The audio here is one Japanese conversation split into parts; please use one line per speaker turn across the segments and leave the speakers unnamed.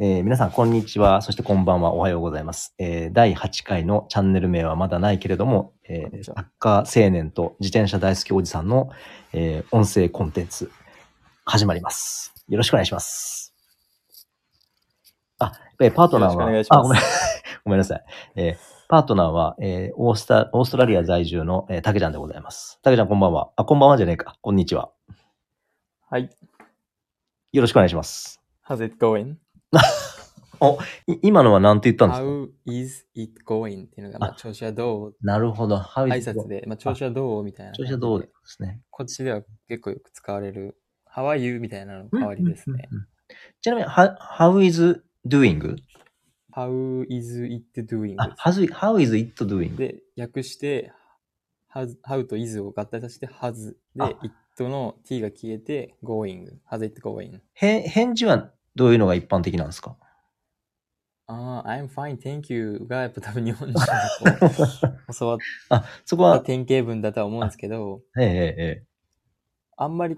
えー皆さん、こんにちは。そして、こんばんは。おはようございます。えー第8回のチャンネル名はまだないけれども、え
こん
ー
にち
サ
は
ッカー青年と自転車大好きおじさんの、えー音声コンテンツ、始まります。よろしくお願いします。あ、えーパートナーは、
よろしくお
あ、ごめ
願
ん、ごめんな さい。えーパートナーは、えーオースタ、オーストラリア在住の、えー、竹ちゃんでございます。竹ちゃん、こんばんは。あ、こんばんはじゃねえか。こんにちは。
はい。
よろしくお願いします。
How's it going?
い今のは何て言ったんですか
How is it going? っていうのが、まあ、
あ
調子はどう
なるほど。How
挨
is it
拶で、まあ、調子はどうみたいな。
調子はどうですね。
こっちでは結構よく使われる、How are you? みたいなの代わりですね。
うんうんうん。ちなみに、how, how is doing?
How is it doing?
あ、how's- how is it doing?
で、訳して、has- How と is を合体させて、has
あ
で、it の t が消えて、going。How's it going?
へ返事はどういうのが一般的なんですか
ああ、I'm fine, thank you がやっぱ多分日本人がこ う教わっ
あ、そこ
た
は、
典型文だとは思うんですけど、
ええええ
あんまり、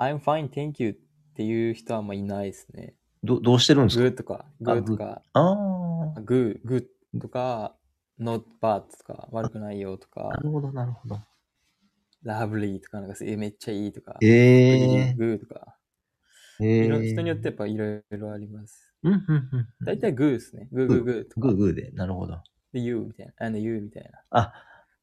I'm fine, thank you っていう人はあんまいないですね。
どどうしてるんです
グ
か
ーとか、グーとか、
ああ、
グー、グーとか、not bad とか、悪くないよと
な
か、
るほど、なるほど。
lovely とか、なんかすえめっちゃいいとか、
ええ
グーとか、
え
い
え
ろ人によってやっぱいろいろあります。
うんうんうんうん。
大体グーですね。グーグーグーとか、
グーグーで、なるほど。
で you みたいな、and you みたいな。
あ、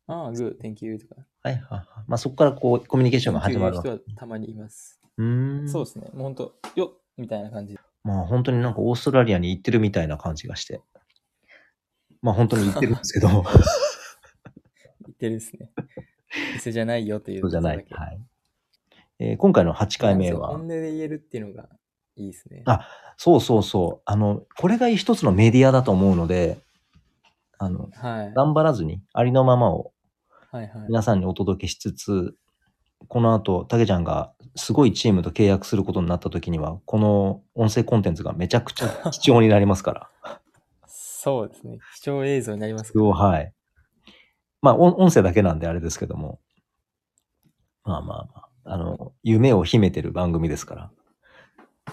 ああ、グー、thank you とか。
はいはいはい。まあそこからこう、コミュニケーションが
thank
始
you
ま
言
る
う
わけ
人。はたまにいます。
うーん。
そうですね。もうほんと、よっみたいな感じ。
まあ本当になんかオーストラリアに行ってるみたいな感じがして。まあ本当に行ってるんですけど、そ
言ってるです ね。店じゃないよという
うじゃない。
ことだ
はいえー今回の8
け
回目
そう
は
本、音で言えるっていうのがいいですね。
あそうそうそう、あの、これが一つのメディアだと思うので、あの、
はい。
頑張らずに、ありのままを
はいはい。
皆さんにお届けしつつ、この後、たけちゃんがすごいチームと契約することになった時には、この音声コンテンツがめちゃくち ゃ貴重になりますから。
そうですね。視聴映像になります
それをはい。まあ、音音声だけなんであれですけども。まあまあまあ、あの、夢を秘めてる番組ですから。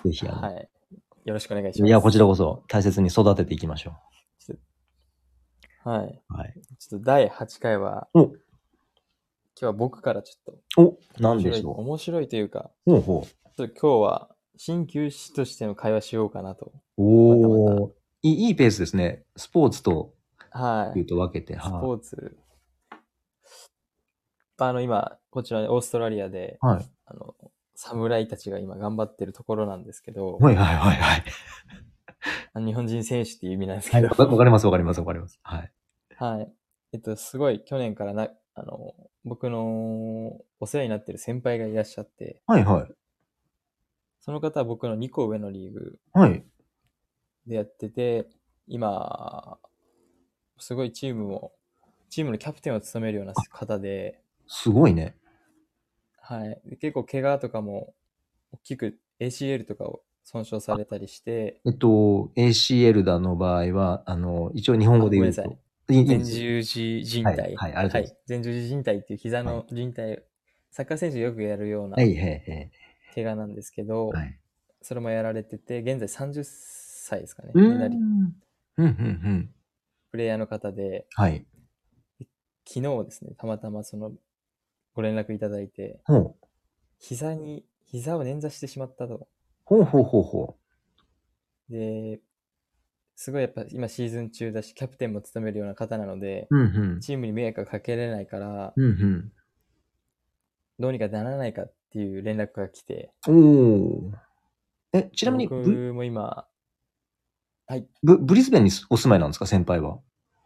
ぜひ、あの、
はい。よろしくお願いし
い、
ます。
や、こちらこそ大切に育てていきましょ
はい。
う。はい。
ちょっと第8回は、
お
今日は僕からちょっ
お、な
と
ん
面
で
白い、
しょ
面白いというか、
う。ほうほう。
ちょっと今日は鍼灸師としての会話しようかなと。
お
また
ーいい、いいペースですね。スポーツと
は
言。
いう
と分けて。
スポ
は
ーツ。あの、今、こちらオーストラリアで、
い。はい。
あの、侍たちが今頑張ってるところなんですけど、
はいはいはいはい。
あの日本人選手っていう意味なんです
は
け
い
ど、
わかわかりますわかりますわかります。はい。
はい。えっと、すごい去年からな、あの、僕のお世話になってる先輩がいらっしゃって、
はいはい。
その方は僕の2個上のリーグ
はい。
でやってて、今、すごいチームを、チームのキャプテンを務めるような方で、
すごいね。
はい。で結構怪我とかも大きく ACL とかを損傷されたりして、
えっと、ACL だの場合は、あの、一応日本語で言う
あごめん
と。いいいい
前
です
十字靭帯。
はいはいありがとうございます
前十字靭帯っていう膝
は
の靭帯、サッカー選手よくやるような
はいはいはい。
怪我なんですけど、
はい。
それもやられてて、現在30歳ですかね。
うん。
になり
うんうんうん。
プレイヤーの方で、
はい。
昨日ですね、たまたまそのご連絡いただいて、
ほう。
膝に、膝を捻挫してしまったと。
ほうほうほうほ
で、すごいやっぱ今シーズン中だし、キャプテンも務めるような方なので、
う。うんうん。
チームに迷惑がかけれないから、
うん
どうにかならないかっていう連絡が来て、
うん。おーえ、ちなみにブ、
僕も今、はい。
ブ、ブリスベンにお住まいなんですか、先輩は。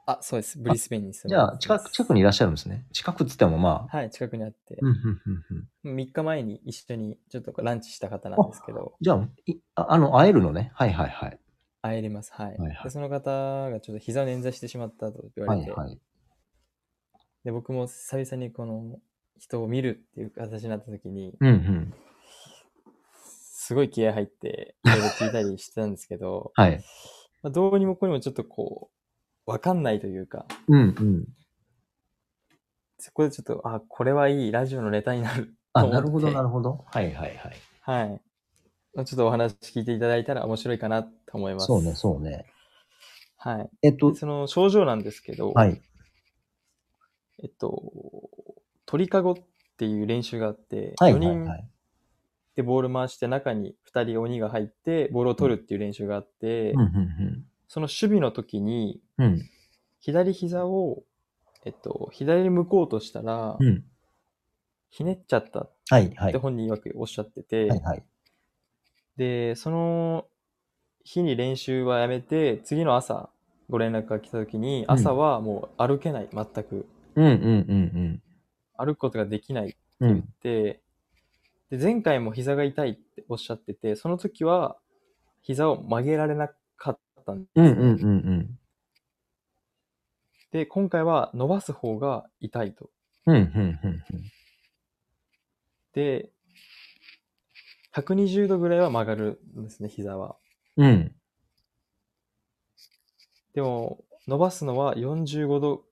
あ、そうです。ブリスベンに住
じ
んでます
ゃあ、近く、近くにいらっしゃるんですね。近くっつってもまあ。
はい、近くにあって、
うんうんうんうん。
3日前に一緒にちょっとランチした方なんですけど、
じゃあ、いああの、会えるのね。はいはいはい。
会えれます。はい。
はいはい
でその方がちょっと膝を捻挫してしまったと言わ
は
れて、
いはい。
で僕も久々にこの人を見るっていう形になった時に、
うんうん。、
すごい気合入って、いろいろ聞いたりしてたんですけど
はい。
まあ、どうにもこうにもちょっとこう、わかんないというか、
うんうん。
そこでちょっと、あ、これはいいラジオのネタになる
あ、
と思
な
って
るほどなるほど。はいはいはい。
はい。まあちょっとお話聞いていただいたら面白いかなと思います。
そうね、そうね。
はい。
えっと
で、その症状なんですけど、
はい。
えっと、鳥かごっていう練習があって、
はい、
4
はい、
人
はい。
でボール回して中に2人鬼が入ってボールを取るっていう練習があって、
うん、うん、
その守備の時に
うん。うん、
左膝を、えっと、左に向こうとしたら、
うん。
ひねっちゃったっ
はい、はい
て。本人曰くおっしゃってて、
はい、はい。
で、その日に練習はやめて、次の朝、ご連絡が来た時に、
うん
朝はもう歩けない、全く。
うん、うん、うん、
歩くことができないって
うん。う
言っ
ん。
て、で、前回も膝が痛いっておっしゃってて、その時は膝を曲げられなかったんです
うん、
ね、
うん、うん、うん。
で、今回は伸ばす方が痛いと。
うん、うん、うん。
で、120度ぐらいは曲がるんですね、膝は。
うん。
でも、伸ばすのは45度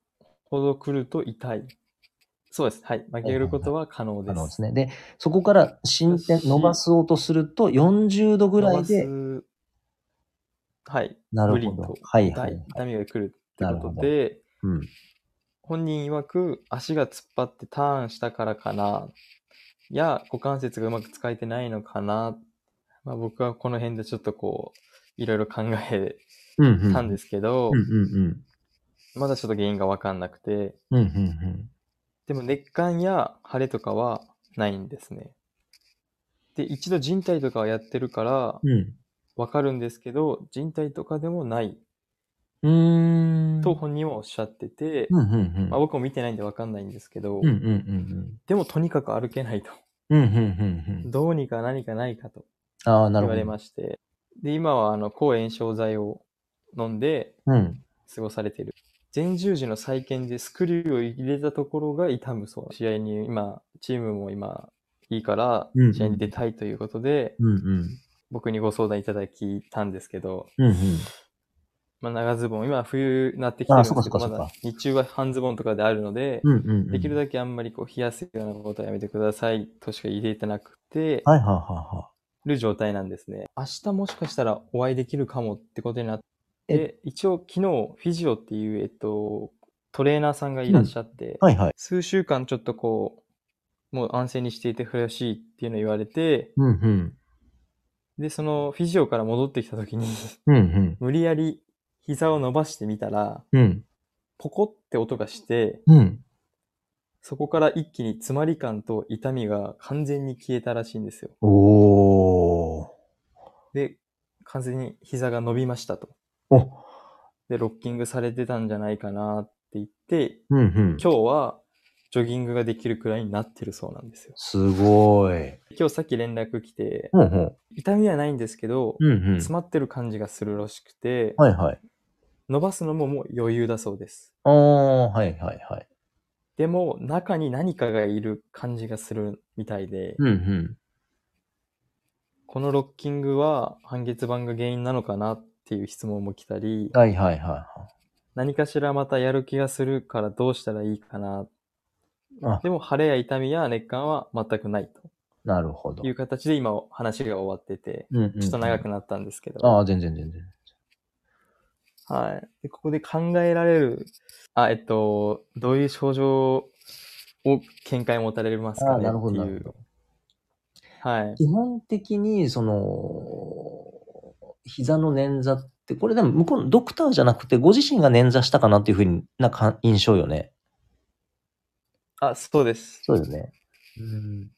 ほど来ると痛い。そうです。はい。曲げることは可能
あ
で。
のですすね。で、そこから進展、伸ばそうとすると40度ぐらいで、
伸ばすはい。
な
無
る
理
ほ
と
ど。はい
痛
はいい。
痛みが来るって
なるほ
こと
ど
で、
うん。
本人曰く足が突っ張ってターンしたからかな、や股関節がうまく使えてないのかな、まあ、僕はこの辺でちょっとこう、いろいろ考え
うんうん。
たんですけど、
うんうん
まだちょっと原因がわかんなくて、
うん。うんうん
でも熱感や腫れとかはないんですね。で、一度人体とかはやってるから
うん。うん。
わかるんですけど、人体とかでもないう
ーん。
と本人はおっしゃってて、
うんうんうん。
まあ、僕も見てないんでわかんないんですけど、
うんうんうん
でもとにかく歩けないと。
うん。うんうんうんうん。
どうにか何かないかと
ああ、なる
言わ
ほ
れ
ど。
まして、で、今はあの抗炎症剤を飲んで
うん。
過ごされてる。前十字の再建でスクリューを入れたところが痛むそう。試合に今、チームも今、いいから
うんう、ん
試合に出たいということで、
うんうん。
僕にご相談いただきたんですけど、
うんうん。
まあ、長ズボン、今冬なってきてるんです
あ
け
そっか
ど、
そ
ま
っか
だ日中は半ズボンとかであるので、
うんうんうん。
できる
だ
だけあんまりこう冷やすようなことはやめてくださいとしか言えてなくて、
はいはいはいは
る状態なんですね。明日もしかしたらお会いできるかもってことになっ
え
て、一応昨日フィジオっていう、えっと、トレーナーさんがいらっしゃって、
い。はいはい。
数週間ちょっとこう、もう安静にしていてほしいっていうのを言われて、
うんうん。
で、そのフィジオから戻ってきた時に、
うんうん。
無理やり膝を伸ばしてみたら、
うん。
ポコって音がして、
うん。
そこから一気に詰まり感と痛みが完全に消えたらしいんですよ。
おー。
で、完全に膝が伸びましたと。
お。
で、ロッキングされてたんじゃないかなって言って、
うんうん。
今日はジョギングができるくらいになってるそうなんですよ。
すごい。
今日さっき連絡来て、
ほうほう。
痛みはないんですけど、
うんうん。
詰まってる感じがするらしくて、
はいはい。
伸ばすのももう余裕だそうです。
ああ、はいはいはい。
でも、中に何かがいる感じがするみたいで、
うんうん。
このロッキングは半月板が原因なのかなっていう質問も来たり、
はいはいは
何かしらまたやる気がするからどうしたらいいかな。
い。あ、
でも、腫れや痛みや熱感は全くない
なるほど
とい。う形で今話が終わってて、
うんうん
ちょっと長くなったんですけど、
ああ、全然全然。
はい。で、ここで考えられる、あ、えっと、どういう症状を見解持たれます
あ
か
あ、
ね
なるほ
って
ど、ないる
う
ほ。ど。
はい。
基本的に、その、膝の捻挫って、これでも向こうのドクターじゃなくて、ご自身が捻挫したかなっていうふうなか印象よね。
あ、そうです。
そうよね。うん。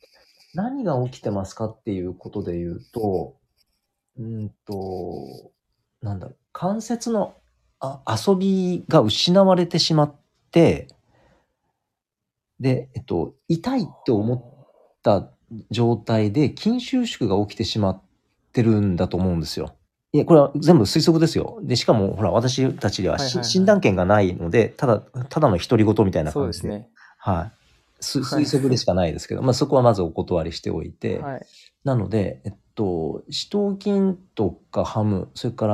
何が起きてますかっていうことで言うと、うんと、なんだろう、関節のあ遊びが失われてしまって、で、えっと、痛いって思っっ
っ
た状態で筋収縮が起きてしまってるんだと思うんですよ。いや、これは全部推測ですよ。で、しかも、ほら、私たちではし、
はいはいはい
診断権がないので、ただ、ただの独り言みたいな
そう
感
で
じ
す
で。
ね。
はい。す
はい
推測でしかないですけど、まあそこはまずお断りしておいて。
はい。
なので、えっと、四頭筋とかハム、それか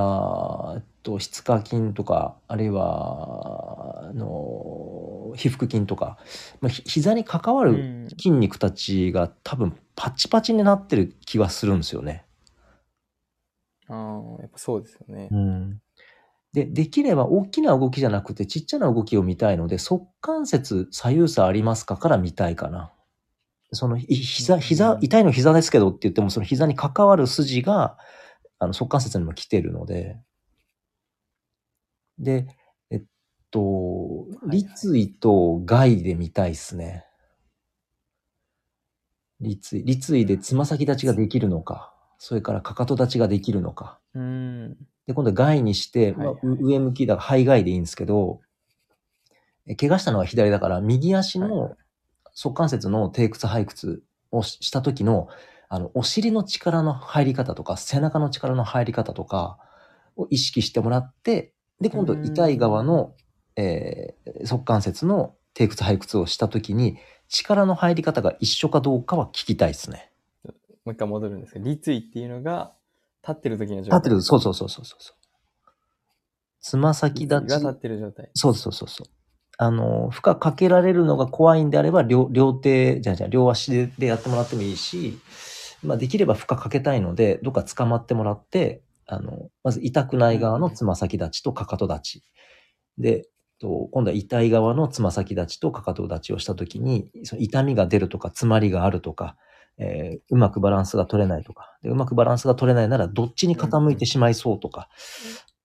ら、えっと、筆下筋とか、あるいは、あの、皮腹筋とか、まあ、ひ膝に関わ
う
る
ん。
筋肉たちが多分パチパチになってる気がするんですよね。
ああ、やっぱそうですよね。
うんで、できれば大きな動きじゃなくてちっちゃな動きを見たいので、足関節左右差ありますかから見たいかな。その、い膝、膝、痛いの膝ですけどって言っても、その膝に関わる筋が、あの、足関節にも来てるので。で、えっと、
はい
立位と外で見たいですね。立位、立位でつま先立ちができるのか、それからかかと立ちができるのか。
うん。
で、今度は外にして、
はい
まあ
はいう
上向きだから背外でいいんですけど、え怪我したのは左だから、右足
はい
の足関節の低屈背屈をしした時の、あの、お尻の力の入り方とか、背中の力の入り方とかを意識してもらって、で、今度
うん
痛い側の、えー、足関節の低屈背屈をした時に、力の入り方が一緒かどうかは聞きたいですね。
もう一回戻るんですけど、立位っていうのが、立ってる時の状
立
態。
ってる、そうそうそうそうそうそう。つま先
立
立
位
ち
が。立ってる状態。
そうそうそうそう。あの、負荷かけられるのが怖いんであれば、両両手、じゃあじゃあ両足ででやってもらってもいいし、まあ、できれば負荷かけたいので、どっか捕まってもらって、あの、まず痛くない側のつま先立ちとかかと立ち。で、えっと今度は痛い側のつま先立ちとかかと立ちをしたときに、その痛みが出るとか、詰まりがあるとか、えーうまくバランスが取れないとかで、うまくバランスが取れないなら、どっちに傾いてしまいそうとか、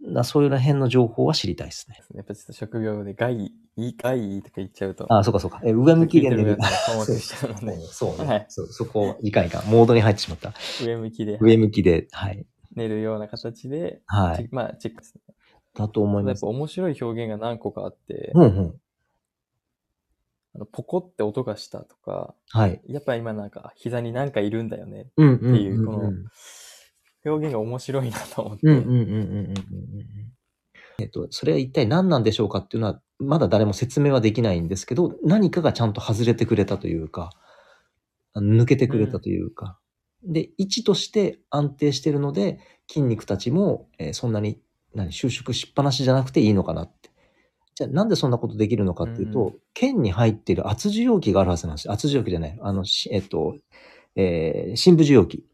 なそういうら辺の情報は知りたいですね。
やっぱちょっと職業で外位、外位とか言っちゃうと。
あ、そうかそうか。え上向きで寝
聞いて
る
る。方が困惑しちゃうので、
そう ね、
はい
そう。そこ、いかんいかん。モードに入ってしまった。
上向きで
上向きで、はい。
寝るような形で、
はい。
チェまあ、チェックですね。
だと思い
や
ま
っ
す
ぱ。面白い表現が何個かあって、
うんうん。
あのポコって音がしたとか、
はい。
やっぱ今なんか膝に何かいるんだよね
うんうん
っ
う
て
ん
いうう、
ん。
この表現が面白いなと思って、
うんうんうんうんうんうん。えっと、それは一体何なんでしょうかっていうのは、まだ誰も説明はできないんですけど、何かがちゃんと外れてくれたというか、あの抜けてくれたというか、で、位置として安定してるので、筋肉たちも、えーそんなに何収縮しっぱなしじゃなくていいのかなって。じゃあなんでそんなことできるのかっていうと、
うんう
腱に入っている圧受容器があるはずなんです。圧受容器じゃない。あの、しえっと、えー、深部受容器。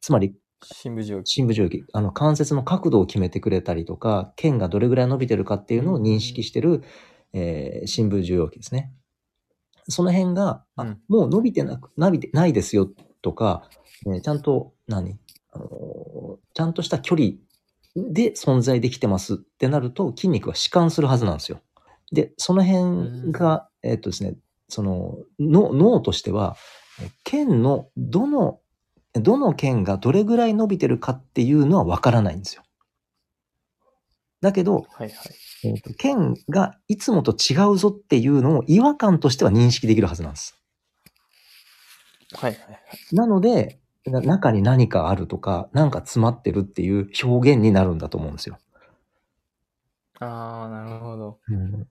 つまり
新聞上記。
深部重機、あの関節の角度を決めてくれたりとか、腱がどれぐらい伸びてるかっていうのを認識してる、えー、深部重要器ですね。その辺が、あ
うん
もう伸びてなく、伸びてないですよとか、えーちゃんと、何あのーちゃんとした距離で存在できてますってなると、筋肉は弛緩するはずなんですよ。で、その辺が、えーっとですね、その、の脳としては、えー腱のどの、どの腱がどれぐらい伸びてるかっていうのはわからないんですよ。だけど、
はいはい。
えーと腱がいつもと違うぞっていうのを違和感としては認識できるはずなんです。
はいはいはい。
なので、な中に何かあるとか、何か詰まってるっていう表現になるんだと思うんですよ。
ああ、なるほど。
うん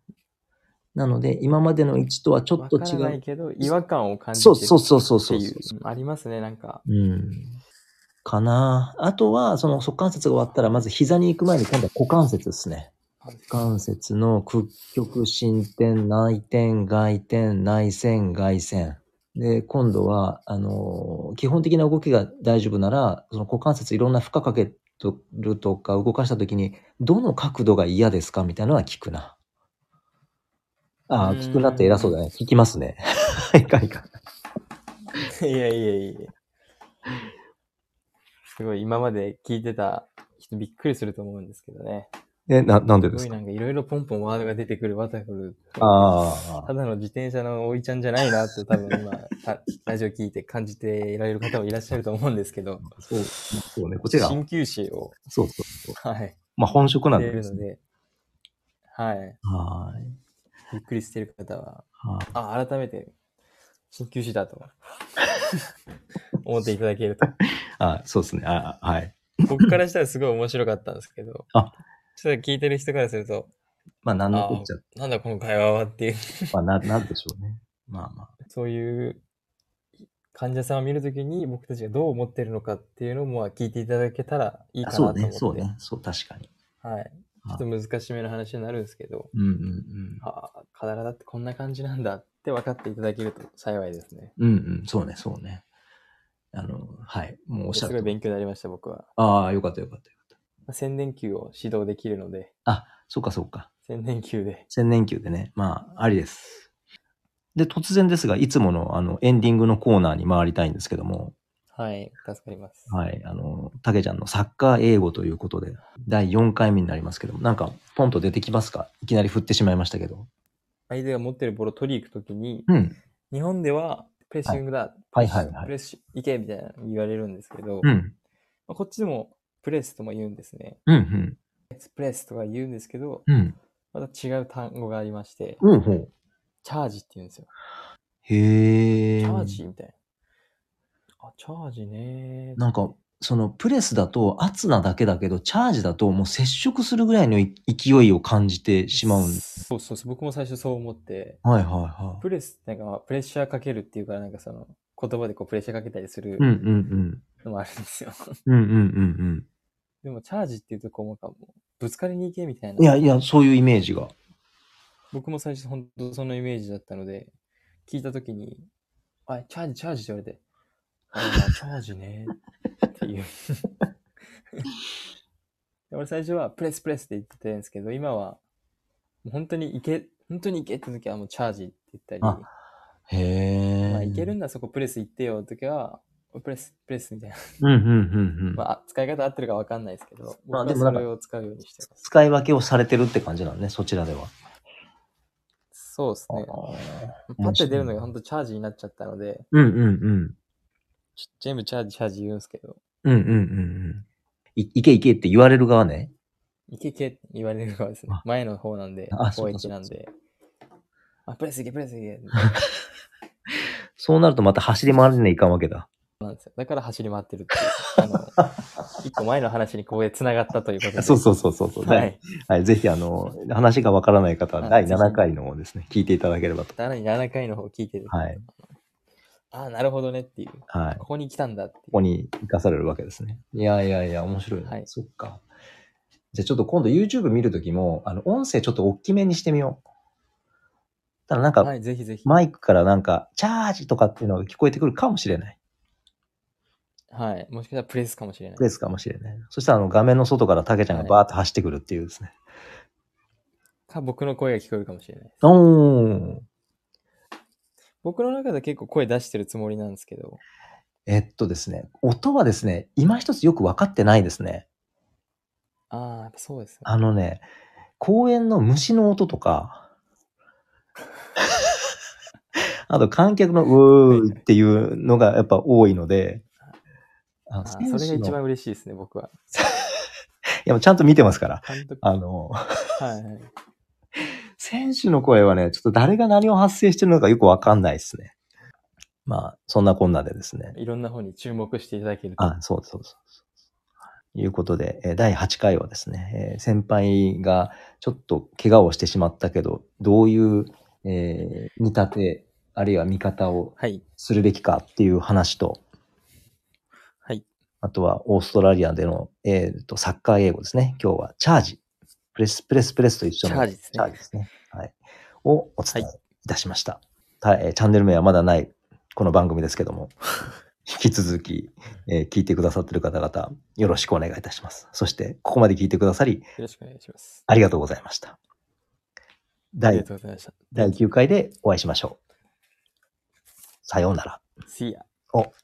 なので、今までの位置とはちょっと
わからな
違。
いうけど、違和感を感じて
そ
る
うそうそうそう
って
そう
い
そう
う。ありますね、なんか。
うん。かなあとは、その足関節が終わったら、まず膝に行く前に今度は股関節ですね。股関節の屈曲、伸展、内転、外転、内旋、外旋。で、今度は、あのー基本的な動きが大丈夫なら、その股関節いろんな負荷かけとるとか動かしたときに、どの角度が嫌ですかみたいなのは聞くな。ああ、聞くなって偉そうだね。聞きますね。 いかんいかん。
いやいやいやすごい、今まで聞いてた人びっくりすると思うんですけどね。
え、な、なんですで
ご
す
い
か
なんかいろいろポンポンワードが出てくるワタフル。
あ
ただの自転車のおいちゃんじゃないなって多分今、た ラジオ聞いて感じていられる方もいらっしゃると思うんですけど、
あ、そう、そうね。こちら、そう
鍼灸師を、
そうそう。
はい、
まあ、本職な
し
ん
て
で
る
す
の
ね。
で、はい、
はーい。
びっくりしてる方は、
はーい
あ、改めて、鍼灸師だと、 思っていただけると。
あ、そうですね。あ、あはい。
僕からしたらすごい面白かったんですけど、
あ
ちょっと聞いてる人からすると、
まあ、なんのこっ
あ
ちゃっ
なんだこの会話はっていう、
て、まあ、な、なんでしょうね。まあまあ。
そういう患者さんを見るときに僕たちがどう思ってるのかっていうのもまあ聞いていただけたらいいかなと
そ
思
う
って。
ね、そうね。そう、確かに。
はい。ちょっと難しめな話になるんですけど、
うんうんうん。
ああ、体ってこんな感じなんだって分かっていただけると幸いですね。
うんうん、そうね、そうね。あの、はい。もうおっしゃ
す
る
ごい
通り。
勉強になりました、僕は。
ああ、よかったよかったよかっ
まあ宣伝球を指導できるので、
た。あ、そうかそうか。
宣伝球で。
千年級でね。まあ、ありです。で、突然ですが、いつものあのエンディングのコーナーに回りたいんですけども、
はい、助かります。
はい、あの、たけちゃんのサッカー英語ということで、第4回目になりますけども、なんか、ポンと出てきますかいきなり振ってしまいましたけど。
相手が持ってるボールを取りに行くときに、
うん。
日本ではプレッシングだ、
はいはいはい
プレッシュ、行けみたいな言われるんですけど、
う
ま
ん。
あこっちでもプレスとも言うんですね。
うん。うん。
プレスとか言うんですけど、
うん。
また違う単語がありまして、
うん、ほう。
チャージって言うんですよ。
へえ。
チャージみたいな。あ、チャージねー。
なんか、そのプレスだと圧なだけだけど、チャージだともう接触するぐらいのい勢いを感じてしまうんです。
そうそうそう、僕も最初そう思って、
はいはいは
プレスってなんかまあプレッシャーかけるっていうから、なんかその言葉でこうプレッシャーかけたりする
い。うんうん
のもあるんですよ。
うん。うんうんうん
でもチャージっていうとこうなんかもうぶつかりに行けみたい
うん。い
な。
やいや、そういうイメージが。
僕も最初本当そのイメージだったので、聞いたときに、あ、チャージ、チャージって言われて、あ、チャージね。っていう。で俺最初はプレスプレスって言ってたんですけど、今は、もう本当に行け、本当に行けって時はもうチャージって言ったり、
あへえ。
まあ行けるんだそこプレス行ってよ時は、プレス、プレスみたいな。
うんうんうんうん。
まあ、使い方合ってるかわかんないですけど、
まあ
僕は
でもなん
そ
か
れを使うようにしてます。
使い分けをされてるって感じなんね、そちらでは。
そうですね。パッて出るのが本当チャージになっちゃったので、
うんうんうん。
ち全部チャージ、チャージ言うんですけど、
うんうんうんうん。いいけいけって言われる側ね。
いけいけって言われる側ですね
あ。
前の方なんで
あ、
後
そうか
一なんで。あ、プレスいけ、プレスいけ。
そうなるとまた走り回れねえいかんわけだ。
なんですよ。だから走り回ってるって いう。あの、一個前の話にここで繋がったということで。
そうそうそうそうそう。
は。い。
はい、ぜひあの、話がわからない方は
はい
第
ぜひ
7回の方をですね、聞いていただければと。
さらに7回の方聞いてる。
はい。
あ、なるほどねっていう。
はい。
こ
こ
こに来たんだっていう。
こに生かされるわけですね。いやいやいや、面白い、ね。
はい
そっか。じゃあちょっと今度 YouTube 見るときも、あの、音声ちょっと大きめにしてみよう。ただなんか、
はい、ぜひぜひ。
マイクからなんか、チャージとかっていうのが聞こえてくるかもしれない。
はい。もしかしたらプレスかもしれない
プ。レスかもしれない。そしたらあの、画面の外からタケちゃんがバーッと走ってくるっていうですね。
か、僕の声が聞こえるかもしれない。
おー。
僕の中では結構声出してるつもりなんですけど、
えっとですね、音はですね、今一つよく分かってないですね。
ああ、やっぱそうですね。
あのね、公園の虫の音と か、あと観客のうーっていうのがやっぱ多いので、あ
あーそれが一番嬉しいですね、僕は。
いや、ちゃんと見てますから。
監督。
あの、
はいはい。
選手の声はね、ちょっと誰が何を発生してるのかよくわかんないですね。まあ、そんなこんなでですね。
いろんな方に注目していただけると。
あ、そうそうそうそう。いうことで、えー第8回はですね、えー先輩がちょっと怪我をしてしまったけど、どういう、えー見立て、あるいは見方を
はい。
するべきかっていう話と、
はい。
あとはオーストラリアでの、えー、とサッカー英語ですね。今日はチャージ。プレス、プレス、プレスと一緒の
チャージですね
チャージですね。はい。をお伝えいたしました。たえーチャンネル名はまだない、この番組ですけど も、引き続き、えー聞いてくださってる方々、よろしくお願いいたします。そして、ここまで聞いてくださり、
よろしくお願いします。
ありがとうございました。
ありが
第
とうございました。
第9回でお会いしましょう。さようなら。
See ya.